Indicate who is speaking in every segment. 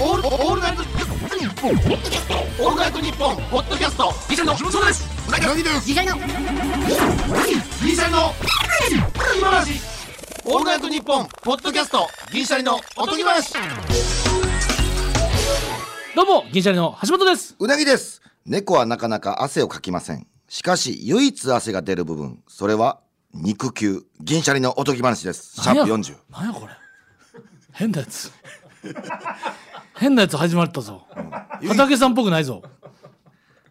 Speaker 1: オールオールナイトニッポンオールナイトニッポンポッドキャストギシャリのそうですうなぎです
Speaker 2: ギシャリの
Speaker 1: ギシャリの今話オールナイトニッポンポッドキャストギシャリのおとぎ話
Speaker 3: どうも銀シャリの橋本です
Speaker 4: うなぎです猫はなかなか汗をかきませんしかし唯一汗が出る部分それは肉球銀シャリのおとぎ話ですシャープ40
Speaker 3: 何やこれ変なやつ変なやつ始まったぞ畑さんっぽくないぞ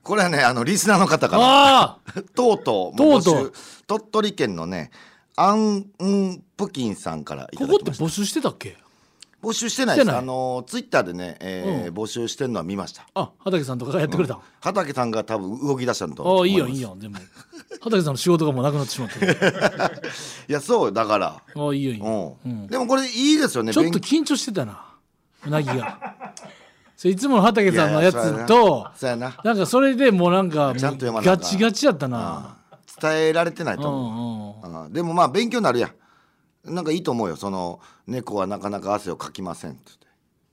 Speaker 4: これはねあのリスナーの方から
Speaker 3: ああ
Speaker 4: とうとう
Speaker 3: とうとう
Speaker 4: も募集鳥取県のねアン・ンプキンさんからいた
Speaker 3: こ
Speaker 4: だ
Speaker 3: こっ
Speaker 4: き
Speaker 3: て
Speaker 4: ました
Speaker 3: 募集してたっけ
Speaker 4: 募集してないです
Speaker 3: してない
Speaker 4: あのツイッターでね、えー募集してるのは見ました
Speaker 3: あ畑さんとかがやってくれた、
Speaker 4: 畑さんが多分動き出したのと
Speaker 3: あ
Speaker 4: 思
Speaker 3: あいい
Speaker 4: ま
Speaker 3: よ
Speaker 4: す
Speaker 3: いいよでも畑さんの仕事がもうなくなってしまった
Speaker 4: いやそうだから
Speaker 3: ああいいよいいよ
Speaker 4: うん、でもこれいいですよね
Speaker 3: ちょっと
Speaker 4: 勉強
Speaker 3: 緊張してたなうなぎがそれいつもの畑さんのや
Speaker 4: いやいや
Speaker 3: つと
Speaker 4: そうやな
Speaker 3: なんかそれでもうなんかもう
Speaker 4: ちゃんと読まなあか
Speaker 3: ガ
Speaker 4: ん
Speaker 3: チガチやったな
Speaker 4: 伝えられてないと
Speaker 3: う
Speaker 4: 思う、
Speaker 3: んうん
Speaker 4: あーでもまあ勉強になるやんなんかいいと思うよその「猫はなかなか汗をかきません」ってって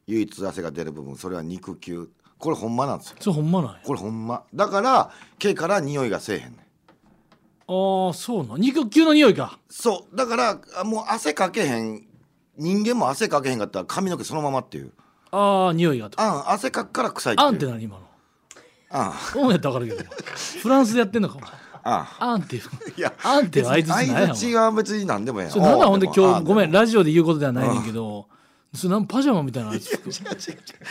Speaker 4: 唯一汗が出る部分それは肉球これほんまなんですよ
Speaker 3: それほんまなんや
Speaker 4: これほんまだから毛から匂いがせえへんねん
Speaker 3: ああそうなん肉球の匂いか
Speaker 4: そうだからあもう汗かけへん人間も汗かけへんかったら髪の毛そのままっていう
Speaker 3: ああ匂いがと
Speaker 4: あん汗かくから臭いっていう
Speaker 3: あんって何今の
Speaker 4: あ
Speaker 3: オンやったら分かるけど フランスでやってんのかお前
Speaker 4: んあ
Speaker 3: あんって
Speaker 4: んいや
Speaker 3: あんってあいつ
Speaker 4: あ
Speaker 3: ない
Speaker 4: い
Speaker 3: やんお前
Speaker 4: つは別に何でもやん
Speaker 3: それなんだほんで今日ごめん
Speaker 4: ラ
Speaker 3: ラジオで言うことではないねんけどそれなんパジャマみたいなやつ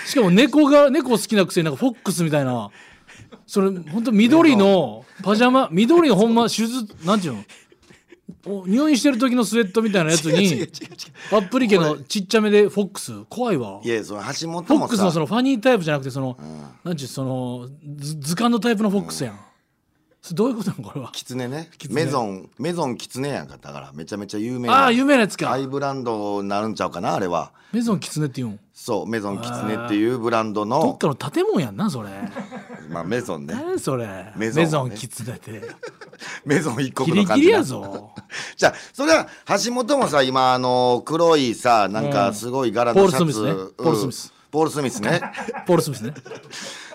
Speaker 3: しかも猫が猫好きなくせになんかフォックスみたいなそれほんと緑のパジャマ緑のほんま手術なんていうのお入院してる時のスウェットみたいなやつにパプリケのちっちゃめでフォックス怖いわ
Speaker 4: いやその橋本もさ
Speaker 3: フォックスのそのファニータイプじゃなくてその、なんちゅうそのず図鑑のタイプのフォックスやん、それどういうことなのこれは
Speaker 4: キツネね
Speaker 3: キツネ
Speaker 4: メゾンメゾンキツネやんかだからめちゃめちゃ有名な
Speaker 3: ああ有名なやつ
Speaker 4: ハ
Speaker 3: か
Speaker 4: イブランドになるんちゃうかなあれは
Speaker 3: メゾンキツネって言うん
Speaker 4: そうメゾンキツネっていうブランド
Speaker 3: どっ
Speaker 4: の
Speaker 3: かの建物やんなそれ
Speaker 4: まあメゾンね
Speaker 3: 何それ
Speaker 4: メ
Speaker 3: メ
Speaker 4: ゾンはね
Speaker 3: ゾンキツネって
Speaker 4: メゾン一国
Speaker 3: ギ
Speaker 4: の
Speaker 3: リギ
Speaker 4: 感
Speaker 3: リ
Speaker 4: じ
Speaker 3: や
Speaker 4: な
Speaker 3: ぞ
Speaker 4: じゃあそれは橋本もさ今あの黒いさなんかすごい柄のシャツ、
Speaker 3: ポールスミスねポールスミ
Speaker 4: うんポールスミス
Speaker 3: ス
Speaker 4: ね
Speaker 3: ポール・スミスね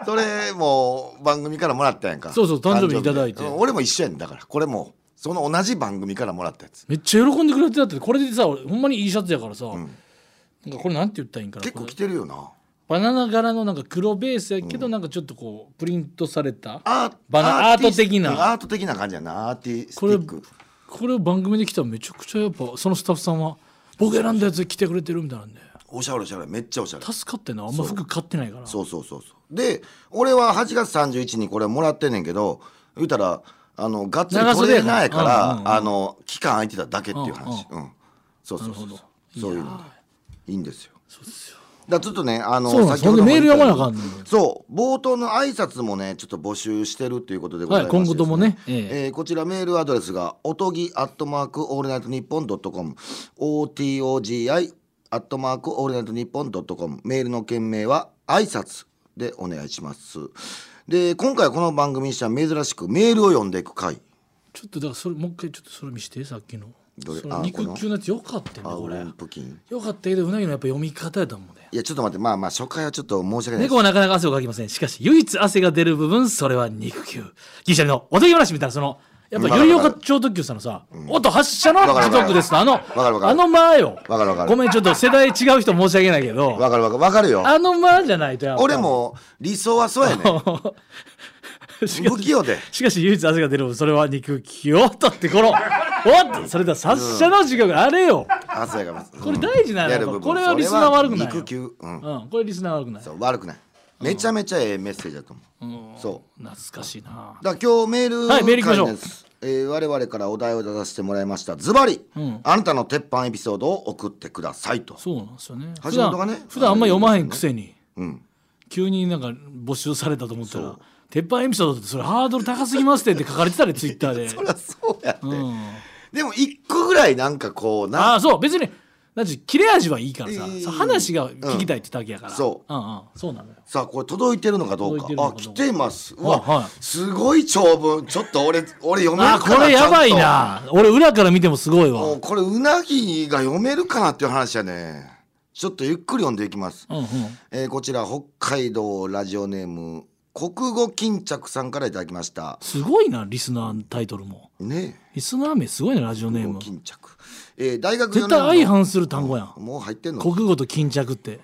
Speaker 4: それも番組からもらったやんか
Speaker 3: そうそう誕生日
Speaker 4: で
Speaker 3: いただいて
Speaker 4: うん俺も一緒やねんだからこれもその同じ番組からもらったやつ
Speaker 3: めっちゃ喜んでくれてたってこれでさ俺ほんまにいいシャツやからさ、なんかこれなんて言ったらいいんかな
Speaker 4: 結構
Speaker 3: これ
Speaker 4: 着てるよな
Speaker 3: バナナ柄のなんか黒ベースやけど、なんかちょっとこうプリントされた
Speaker 4: アー
Speaker 3: バナ
Speaker 4: アティス
Speaker 3: アート的な
Speaker 4: うんアート的な感じやなアーティステ
Speaker 3: これ
Speaker 4: ィック
Speaker 3: これを番組で来たらめちゃくちゃやっぱそのスタッフさんは僕選んだやつ来てくれてるみたいなんで
Speaker 4: おしゃれおしゃれめっちゃおしゃれ
Speaker 3: 助かってんなあんま服買ってないから
Speaker 4: そうそうそうそうで俺は8月31日にこれもらってんねんけど言うたらあのがっつり
Speaker 3: 長
Speaker 4: 取
Speaker 3: 袖
Speaker 4: れ
Speaker 3: やから
Speaker 4: ないか
Speaker 3: うんうんう
Speaker 4: ら
Speaker 3: ん
Speaker 4: あの期間空いてただけっていう話うんそうそうそう
Speaker 3: なるほど
Speaker 4: そういうのでいいんですよそうですよだからちょっとねあの
Speaker 3: そうなんです
Speaker 4: も言ったように
Speaker 3: ほんでメール読まなあかんねん
Speaker 4: そう冒頭の挨拶もねちょっと募集してるということでございまして
Speaker 3: はい今後ともね
Speaker 4: え
Speaker 3: ええ
Speaker 4: ーこちらメールアドレスがおとぎアットマークオールナイトニッポンドットコム OTOGI アットマークオールナイトニッポンドットコムメールの件名は挨拶でお願いしますで今回はこの番組にしては珍しくメールを読んでいく回
Speaker 3: ちょっとだからそれもう一回ちょっとそれ見してさっきの
Speaker 4: どれ
Speaker 3: そ
Speaker 4: あ
Speaker 3: の
Speaker 4: この
Speaker 3: 肉球のやつよかった
Speaker 4: ア
Speaker 3: よ
Speaker 4: ウ
Speaker 3: こ
Speaker 4: ロ
Speaker 3: れ
Speaker 4: ンプキン
Speaker 3: よかったけどうなぎのやっぱ読み方やと思うね
Speaker 4: いやちょっと待ってまあまあ初回はちょっと申し訳ないです
Speaker 3: 猫はなかなか汗をかきませんしかし唯一汗が出る部分それは肉球ギシャリのおとぎ話みたいなそのやっぱ
Speaker 4: わか
Speaker 3: よ
Speaker 4: る
Speaker 3: り
Speaker 4: わ
Speaker 3: よ
Speaker 4: かる
Speaker 3: か超特急さんのさ、音発射の時刻ですとあの
Speaker 4: かるわかる
Speaker 3: あの間よ
Speaker 4: わかるわかる
Speaker 3: ごめんちょっと世代違う人申し訳ないけど
Speaker 4: わかるわかるわかるよ
Speaker 3: あの間じゃないとやっぱ
Speaker 4: 俺も理想はそうや ね
Speaker 3: しか
Speaker 4: 不
Speaker 3: し
Speaker 4: 器用で
Speaker 3: しかし唯一汗が出る部分それは肉球とってこのおっとそれでは発射の時刻、あれよ
Speaker 4: 汗がます
Speaker 3: これ大事なの
Speaker 4: やる部分
Speaker 3: これはリスナー悪くないよ
Speaker 4: それは肉球うん
Speaker 3: うん、これリスナー悪くない。
Speaker 4: そう悪くないめちゃめちゃええメッセージだと思うそう
Speaker 3: 懐かしいな。
Speaker 4: だから今日メール
Speaker 3: はいメール行きましょう
Speaker 4: 会ですえー我々からお題を出させてもらいましたズバリあなたの鉄板エピソードを送ってくださいと
Speaker 3: そうなんですよね。
Speaker 4: 橋
Speaker 3: 普
Speaker 4: 本が
Speaker 3: 段、
Speaker 4: ね
Speaker 3: 普段あんま読まへんくせに、
Speaker 4: ん
Speaker 3: 急になんか募集されたと思ったら、鉄板エピソードってそれハードル高すぎますってって書かれて たで、ツイッターで。
Speaker 4: そりゃそうやって
Speaker 3: うん、
Speaker 4: でも一個ぐらいなんかこう
Speaker 3: あ
Speaker 4: な
Speaker 3: あ、そう、別に、なんちゅう切れ味はいいからさ、
Speaker 4: いい
Speaker 3: そう話が聞きたいってだけやから。。
Speaker 4: うんそう
Speaker 3: うんうん、そうなのよ。
Speaker 4: さあこれ届いてるのかどうか
Speaker 3: 届いてるのか
Speaker 4: あ
Speaker 3: どうか
Speaker 4: 来ていますうわ、
Speaker 3: はいはい
Speaker 4: すごい長文ちょっと俺俺読める
Speaker 3: ああ、
Speaker 4: かな
Speaker 3: これやばい
Speaker 4: ちゃん
Speaker 3: な。俺裏から見てもすごい
Speaker 4: とも
Speaker 3: わ
Speaker 4: う。これうなぎが読めるかなっていう話やねちょっとゆっくり読んでいきます、
Speaker 3: うんうん
Speaker 4: えーこちら北海道ラジオネーム国語巾着さんからいただきました
Speaker 3: すごいなリスナータイトルも
Speaker 4: ねえ
Speaker 3: リスナー名すごいねラジオネー
Speaker 4: 国語
Speaker 3: ム
Speaker 4: 巾着、えー大学
Speaker 3: 絶対
Speaker 4: 四
Speaker 3: 相
Speaker 4: 年の
Speaker 3: 反する単語やん
Speaker 4: もう入ってんの
Speaker 3: 国語と巾着って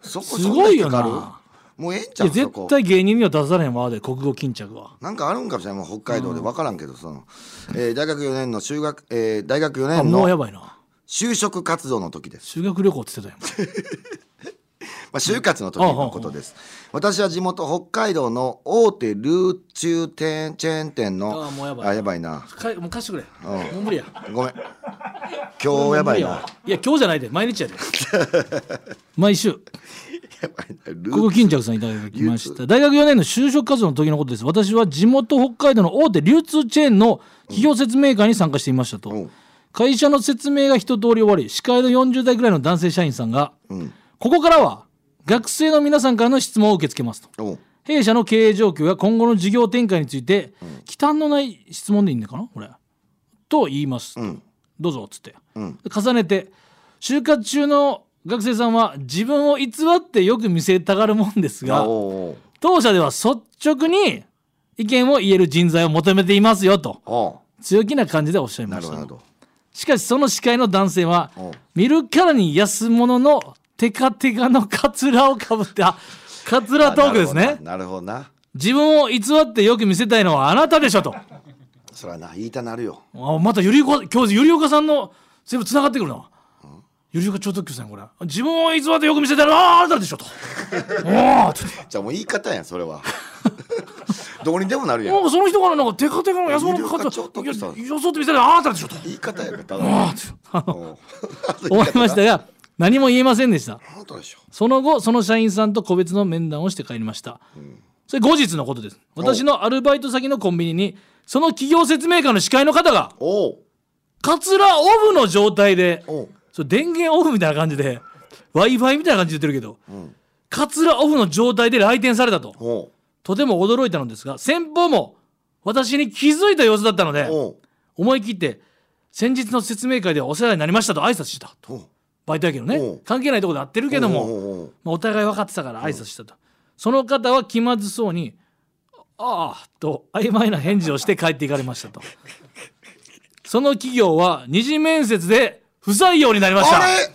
Speaker 4: そこ
Speaker 3: すごいよ
Speaker 4: そん引っか
Speaker 3: な
Speaker 4: かるもうええんち
Speaker 3: い
Speaker 4: ゃ
Speaker 3: や
Speaker 4: うそ
Speaker 3: 絶
Speaker 4: こ
Speaker 3: 対芸人には出されへんわで国語巾着は
Speaker 4: なんかあるんかもしれないもう北海道で分からんけどその、えー大学4年の修学、えー大学4
Speaker 3: あ
Speaker 4: 年
Speaker 3: もうや
Speaker 4: の
Speaker 3: ばいな
Speaker 4: 就職活動の時です
Speaker 3: 修学旅行って言ってたやん
Speaker 4: まあ、就活の時のことです、私は地元北海道の大手ルーチュー店チェーン店の
Speaker 3: ああもうやばい
Speaker 4: あやばいな
Speaker 3: かもう貸してくれ
Speaker 4: うん
Speaker 3: もう無理や
Speaker 4: ごめん今日やばいなや
Speaker 3: いや今日じゃないで 毎日やで毎週
Speaker 4: ばいなル
Speaker 3: こ
Speaker 4: ー
Speaker 3: こ巾着さんいただきました大学4年の就職活動の時のことです私は地元北海道の大手流通チェーンの企業説明会に参加していましたと、
Speaker 4: うん
Speaker 3: 会社の説明が一通り終わり司会の40代ぐらいの男性社員さんが、
Speaker 4: ん
Speaker 3: ここからは学生の皆さんからの質問を受け付けますと
Speaker 4: おう
Speaker 3: 弊社の経営状況や今後の事業展開について、忌憚のない質問でいいんだかなこれと言いますと、どうぞっつって、
Speaker 4: ん
Speaker 3: で重ねて就活中の学生さんは自分を偽ってよく見せたがるもんですが
Speaker 4: おう
Speaker 3: 当社では率直に意見を言える人材を求めていますよと
Speaker 4: おうお
Speaker 3: 強気な感じでおっしゃいう
Speaker 4: な
Speaker 3: ま
Speaker 4: る
Speaker 3: し
Speaker 4: ほどな
Speaker 3: た
Speaker 4: るほど
Speaker 3: しかしその司会の男性は
Speaker 4: おう
Speaker 3: 見るからに安物のテカテカのカツラをかぶってあカツラトークですね
Speaker 4: なるほどななるほどな
Speaker 3: 自分を偽ってよく見せたいのはあなたでしょとあ
Speaker 4: そらな言いたなるよ
Speaker 3: またゆりおか教授ゆりおかさんの全部つながってくるなゆりおか超特急さんこれ自分を偽ってよく見せたいのはあなた でしょとおおちょっ
Speaker 4: じゃあもう言い方やんそれ はどうにでもなるや
Speaker 3: とな
Speaker 4: ん
Speaker 3: んかその人からなんかテカテカの安物の
Speaker 4: ゆりお
Speaker 3: カ
Speaker 4: か
Speaker 3: ツ
Speaker 4: 超
Speaker 3: ラ
Speaker 4: 特急さん
Speaker 3: よそって見せたいのはあなたでしょと
Speaker 4: 言い方やんただ
Speaker 3: あ
Speaker 4: の
Speaker 3: ーちょっとあの
Speaker 4: おう
Speaker 3: 思いましたが何も言えませんでした
Speaker 4: あなたでしょ
Speaker 3: その後その社員さんと個別の面談をして帰りました、それ後日のことです私のアルバイト先のコンビニにその企業説明会の司会の方が
Speaker 4: おう
Speaker 3: カツラオフの状態で
Speaker 4: おう
Speaker 3: そう電源オフみたいな感じで w i f i みたいな感じで言ってるけど、
Speaker 4: ん
Speaker 3: カツラオフの状態で来店されたと
Speaker 4: おう
Speaker 3: とても驚いたのですが先方も私に気づいた様子だったので
Speaker 4: おう
Speaker 3: 思い切って先日の説明会ではお世話になりましたと挨拶したと
Speaker 4: おう
Speaker 3: バイトやけど
Speaker 4: お
Speaker 3: ね
Speaker 4: う
Speaker 3: 関係ないとこで会ってるけども
Speaker 4: おうおうおう
Speaker 3: まあ、お互い分かってたから挨拶したと、その方は気まずそうに「ああ」と曖昧な返事をして帰っていかれまし たとその企業は二次面接で不採用になりました
Speaker 4: あれ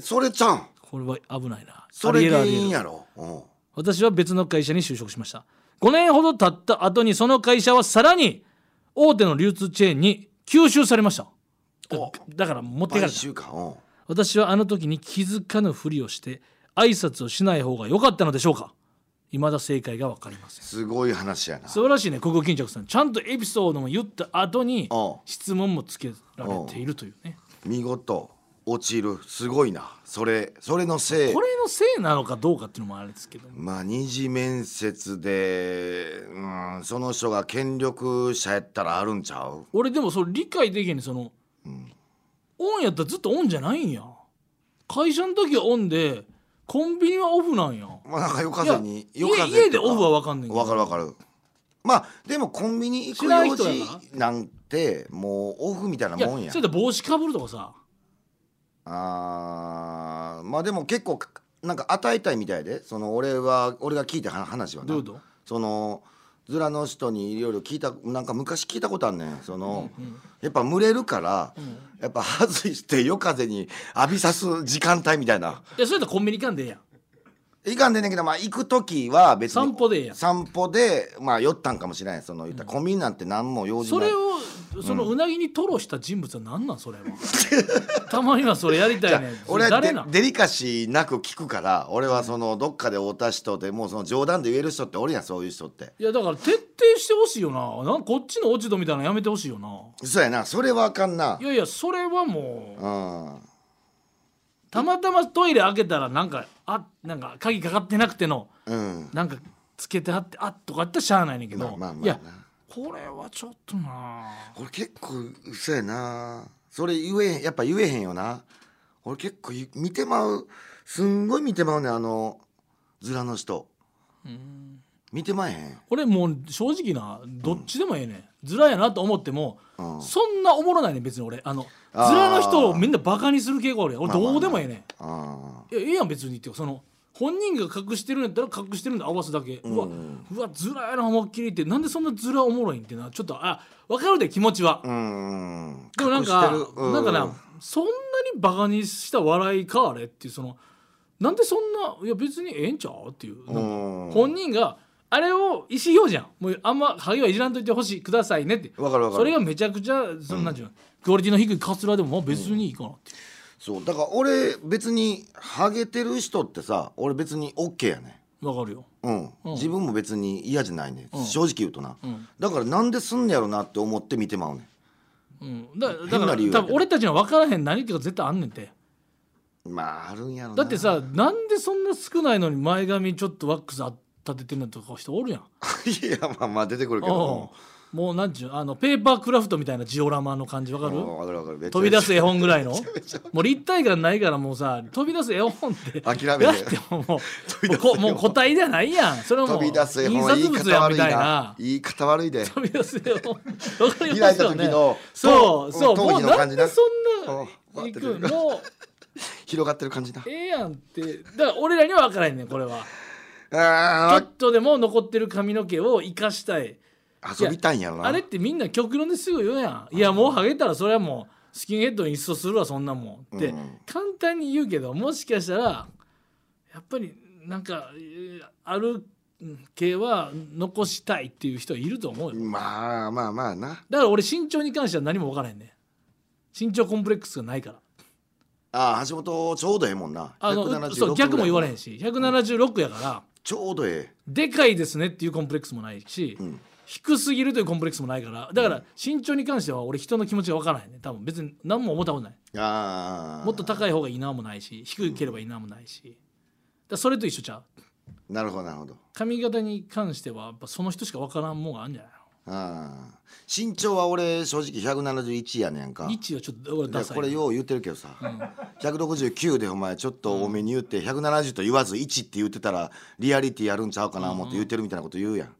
Speaker 4: それちゃん
Speaker 3: これは危ないな
Speaker 4: それ原
Speaker 3: ありえるありえ
Speaker 4: 因
Speaker 3: る
Speaker 4: やろうん
Speaker 3: 私は別の会社に就職しました5年ほど経った後にその会社はさらに大手の流通チェーンに吸収されましただ
Speaker 4: お
Speaker 3: だから持って
Speaker 4: 買
Speaker 3: いかれた
Speaker 4: 収かうん
Speaker 3: 私はあの時に気づかぬふりをして挨拶をしない方が良かったのでしょうか未だ正解が分かりません
Speaker 4: すごい話やな
Speaker 3: 素晴らしいねここ巾着さんちゃんとエピソードも言った後に
Speaker 4: うん
Speaker 3: 質問もつけられているというね
Speaker 4: 見事落ちるすごいなそれそれのせい
Speaker 3: これのせいなのかどうかっていうのもあれですけども
Speaker 4: まあ二次面接でうんその人が権力者やったらあるんちゃう
Speaker 3: 俺でもそれ理解できへんねその、オンやったらずっとオンじゃないんや会社の時はオンでコンビニはオフなんや
Speaker 4: まあなんか夜風に
Speaker 3: いや
Speaker 4: 夜風
Speaker 3: 家
Speaker 4: と
Speaker 3: 家でオフはわかんねんけど
Speaker 4: わかるわかるまあでもコンビニ行く
Speaker 3: 知らん
Speaker 4: 用
Speaker 3: 人やな
Speaker 4: 事なんてもうオフみたいない
Speaker 3: や
Speaker 4: もんや
Speaker 3: それで帽子かぶるとかさ
Speaker 4: あーまあでも結構かなんか与えたいみたいでその俺は俺が聞いた話話はな
Speaker 3: どういうこと
Speaker 4: そのズラの人にいろいろ聞いたなんか昔聞いたことあんねんその、やっぱ群れるから、やっぱ外して夜風に浴びさす時間帯みたいない
Speaker 3: やそれだったらコンビニ行かんでええやん
Speaker 4: いかんでんねんけど、まあ、行く時は別に
Speaker 3: 散歩でええやん
Speaker 4: 散歩でまあ酔ったんかもしれないその言ったら、コンビニなんて何も用事
Speaker 3: そ
Speaker 4: ない
Speaker 3: れをそのうなぎに吐露した人物は何なん それはたまにはそれやりたいねんそ
Speaker 4: 俺
Speaker 3: れ
Speaker 4: は
Speaker 3: 誰
Speaker 4: デ
Speaker 3: なん
Speaker 4: デリカシーなく聞くから俺はそのどっかで会うた人でもうその冗談で言える人っておるやんそういう人って
Speaker 3: いやだから徹底してほしいよななんかこっちの落ち度みたいなのやめてほしいよな
Speaker 4: そうやなそれはあかんない
Speaker 3: やいやそれはも
Speaker 4: う
Speaker 3: う
Speaker 4: ん
Speaker 3: たまたまトイレ開けたらなんかあなんか鍵かかってなくての
Speaker 4: うん
Speaker 3: なんかつけてあってあっとかやってしゃあないねんけど、
Speaker 4: まあまあまあない
Speaker 3: やこれはちょっとな
Speaker 4: 俺結構そうやなそれ言えへんやっぱ言えへんよな俺結構ゆ見てまうすんごい見てまうねんあのズラの人見てまえへん
Speaker 3: 俺もう正直などっちでもええねんズラやなと思っても、
Speaker 4: うん
Speaker 3: そんなおもろないねん別に俺あのズ
Speaker 4: あー
Speaker 3: ラの人をみんなバカにする傾向あるやん俺
Speaker 4: まあまあ
Speaker 3: どうでもええねん、
Speaker 4: あ
Speaker 3: いやええやん別にっていうかその本人が隠してるんやったら隠してるんで合わすだけ、うわうわズラやな思いっきりってなんでそんなズラおもろいんってなちょっとあ分かるで気持ちは、
Speaker 4: あうん
Speaker 3: でもなん
Speaker 4: 隠
Speaker 3: か
Speaker 4: してるう
Speaker 3: なんかなそんなにバカにした笑いかあれっていうそのなんでそんないや別にええんちゃうっていうなんか
Speaker 4: うん
Speaker 3: 本人があれを意思表示やんもうあんまハゲはいじらんといてほしいくださいねって
Speaker 4: わかるわかる
Speaker 3: それがめちゃくちゃそのなんていうの、クオリティの低いカツラでもまあ別にいいかなっていう、
Speaker 4: そうだから俺別にハゲてる人ってさ俺別に OK やね
Speaker 3: わかるよ
Speaker 4: うん、自分も別に嫌じゃないね、
Speaker 3: ん
Speaker 4: 正直言うとな、
Speaker 3: ん
Speaker 4: だからなんですんねやろなって思って見てまうねん
Speaker 3: うん、だだ
Speaker 4: 変
Speaker 3: か
Speaker 4: な
Speaker 3: ら
Speaker 4: 理由やけど
Speaker 3: 多分俺たちには分からへん何っていうか絶対あんねんて
Speaker 4: まああるんやろな
Speaker 3: だって さなんでそんな少ないのに前髪ちょっとワックスあ立ててんのとか人おるやん
Speaker 4: いやまあまあ出てくるけ
Speaker 3: お
Speaker 4: ど
Speaker 3: うもうなんちゅうあのペーパークラフトみたいなジオラマの感じわか
Speaker 4: う
Speaker 3: る
Speaker 4: んわかるわかる めっちゃ
Speaker 3: 飛び出す絵本ぐ らいのもう立体感ないからもうさ飛び出す絵本って
Speaker 4: 諦めて
Speaker 3: だっても うもうこもう個体じゃないやんそれはも
Speaker 4: 飛
Speaker 3: う
Speaker 4: び
Speaker 3: 印
Speaker 4: 出す絵本は
Speaker 3: 刷
Speaker 4: 言い
Speaker 3: 物
Speaker 4: 方
Speaker 3: や
Speaker 4: 悪
Speaker 3: み
Speaker 4: い
Speaker 3: たい
Speaker 4: な
Speaker 3: な
Speaker 4: 言い方悪いで
Speaker 3: 飛び出す絵本わかりま
Speaker 4: 開い
Speaker 3: す
Speaker 4: た
Speaker 3: よ
Speaker 4: 時
Speaker 3: ね
Speaker 4: の
Speaker 3: そう
Speaker 4: と
Speaker 3: そうも
Speaker 4: 当
Speaker 3: う
Speaker 4: 時の
Speaker 3: な
Speaker 4: 感じ
Speaker 3: ん
Speaker 4: な
Speaker 3: でそんな
Speaker 4: うん
Speaker 3: 行く
Speaker 4: 待ってて
Speaker 3: も
Speaker 4: 広がってる感じだ
Speaker 3: うええやんってだから俺らには分からへんねんこれはちょ
Speaker 4: あ
Speaker 3: っとでも残ってる髪の毛を生かしたい
Speaker 4: ー遊びたいんやろな
Speaker 3: あれってみんな極論ですぐ言うやんいやもうハゲたらそれはもうスキンヘッドに一掃するわそんなもんって
Speaker 4: うん
Speaker 3: 簡単に言うけどもしかしたらやっぱりなんかえーあるうん系は残したいっていう人はいると思うよ
Speaker 4: まあまあまあな
Speaker 3: だから俺身長に関しては何も分からへんね身長コンプレックスがないから
Speaker 4: あー橋本ちょうどええもんな
Speaker 3: あの
Speaker 4: 176
Speaker 3: そう逆も言われへ
Speaker 4: ぐらい
Speaker 3: んし176やから、
Speaker 4: ちょうどえ
Speaker 3: でかいですねっていうコンプレックスもないし、
Speaker 4: ん
Speaker 3: 低すぎるというコンプレックスもないからだから身長に関しては俺人の気持ちが分からへんね多分別に何も思ったことない
Speaker 4: えああ
Speaker 3: もっと高い方がいいなもないし低ければいいなもないし、だからそれと一緒ちゃう
Speaker 4: なるほどなるほど
Speaker 3: 髪型に関してはやっぱその人しか分からんもんがあるんじゃない
Speaker 4: ああ身長は俺正直171やねんか
Speaker 3: の位置はちょっと俺
Speaker 4: いや
Speaker 3: ダサい
Speaker 4: これよう言ってるけどさ、169でお前ちょっと多めに言って170と言わず1って言ってたらリアリティあるんちゃうかな思って言ってるみたいなこと言うやん、こ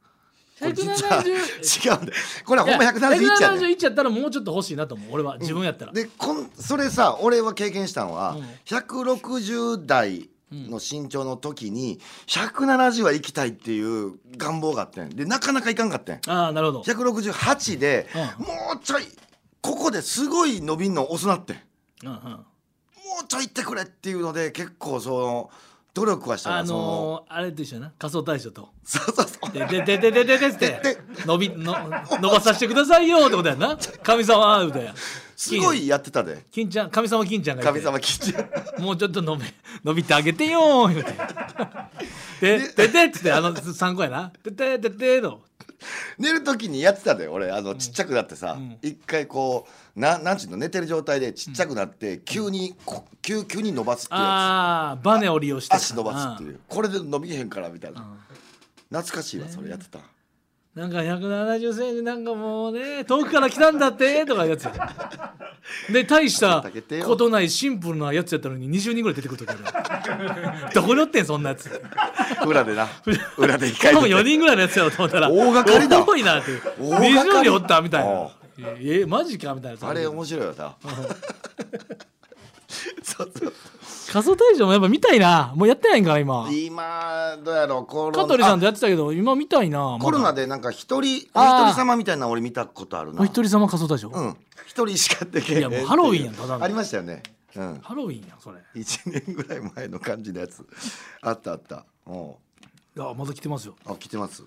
Speaker 4: れ実は
Speaker 3: 170…
Speaker 4: 違うんだよこれはほんま171やねん
Speaker 3: 171やったらもうちょっと欲しいなと思う俺は自分やったら、
Speaker 4: でこんそれさ俺は経験したのは、160代の身長の時に170は行きたいっていう願望があってんでなかなかいかんかってん
Speaker 3: ああなるほど
Speaker 4: 168で、
Speaker 3: うん
Speaker 4: もうちょいここですごい伸びんの遅なってん
Speaker 3: うんうん
Speaker 4: もうちょい行ってくれっていうので結構その努力はしたな
Speaker 3: あ
Speaker 4: その
Speaker 3: のー、あれと一緒やな仮想大賞と
Speaker 4: そうそうそう
Speaker 3: でででででででって伸びの伸ばさせてくださいよってことやな神様みたいな
Speaker 4: すごいやってたで
Speaker 3: 金ちゃん神様金ちゃんがい
Speaker 4: 神
Speaker 3: て
Speaker 4: 様聞いて
Speaker 3: もうちょっと伸び伸びてあげてよー言うてでででっつってあの3個やなででででの
Speaker 4: 寝る時にやってたで俺あのちっちゃくなってさ一回こうななんちゅうの寝てる状態でちっちゃくなって急にこ急急に伸ばすっていうや
Speaker 3: ああバネを利用し
Speaker 4: つ
Speaker 3: て
Speaker 4: 足伸ばすっていうこれで伸びへんからみたいな懐かしいわそれやってた
Speaker 3: うんなんか170センチなんかもうね遠くから来たんだってとかいうやつやで大したことないシンプルなやつやったのに20人ぐらい出てくるときあるどこにおってんそんなやつ
Speaker 4: 裏でな裏で控
Speaker 3: 多分
Speaker 4: えて
Speaker 3: 4人 ぐらいのやつやろと思ったら
Speaker 4: 大掛かりだ
Speaker 3: 多いなって
Speaker 4: 大掛かり
Speaker 3: 20人おったみたい
Speaker 4: おう
Speaker 3: なええマジかみたいな
Speaker 4: あれ面白いよな そうそう
Speaker 3: 仮想大賞もやっぱ見たいなもうやってないんかな今
Speaker 4: 今どうやろうコロ
Speaker 3: 香取さ
Speaker 4: あ
Speaker 3: んとやってたけど今見たいなまだ
Speaker 4: コロナでなんか一人お
Speaker 3: あー
Speaker 4: 一人様みたいなの俺見たことあるな
Speaker 3: お一人様仮想大賞、
Speaker 4: うん一人しかできへん
Speaker 3: いやもうハロウィンやんただの
Speaker 4: ありましたよねうん
Speaker 3: ハロウィンやんそれい
Speaker 4: 1年ぐらい前の感じのやつあったあったお
Speaker 3: やまだ来てますよ
Speaker 4: あ来てます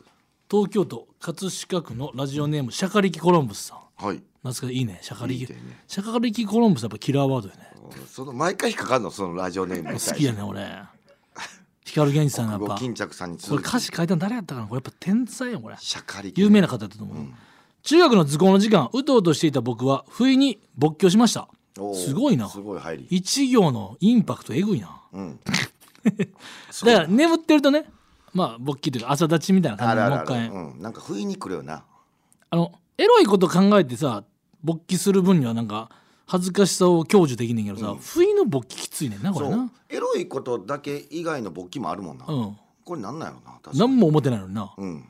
Speaker 3: 東京都葛飾区のラジオネームシャカリキコロンブスさん
Speaker 4: はい
Speaker 3: 懐かしいいいねシャカリ
Speaker 4: いい
Speaker 3: キ
Speaker 4: ねいいね
Speaker 3: シャカリキコロンブスやっぱキラーワードよね
Speaker 4: おその毎回引っかかんのそのラジオネームに対して
Speaker 3: 好きやね俺光源氏さんがやっ
Speaker 4: ご
Speaker 3: ぱ
Speaker 4: 巾着さんに
Speaker 3: これ
Speaker 4: 続
Speaker 3: 歌
Speaker 4: き
Speaker 3: 詞書いたの誰やったかなこれやっぱ天才やんこれ
Speaker 4: しゃかり
Speaker 3: 有名な方だったと思う、中学の図工の時間うとうとしていた僕は不意に勃起をしました
Speaker 4: おー
Speaker 3: すごいな
Speaker 4: すごい入り
Speaker 3: 一行のインパクトえぐいな
Speaker 4: うん
Speaker 3: だから眠ってるとねまあ勃起というか朝立ちみたいな
Speaker 4: あ
Speaker 3: 感じ
Speaker 4: る
Speaker 3: で
Speaker 4: あ
Speaker 3: も
Speaker 4: る
Speaker 3: う
Speaker 4: あるう
Speaker 3: 一回
Speaker 4: んなんか不意に来るよな
Speaker 3: あのエロいこと考えてさ勃起する分にはなんか恥ずかしさを享受できんねんけどさ、不意の勃起きついねんなこれ
Speaker 4: そう
Speaker 3: な
Speaker 4: エロいことだけ以外の勃起もあるもんな
Speaker 3: うん
Speaker 4: これなんなんやろな確かに
Speaker 3: 何も思ってないのにな、
Speaker 4: うん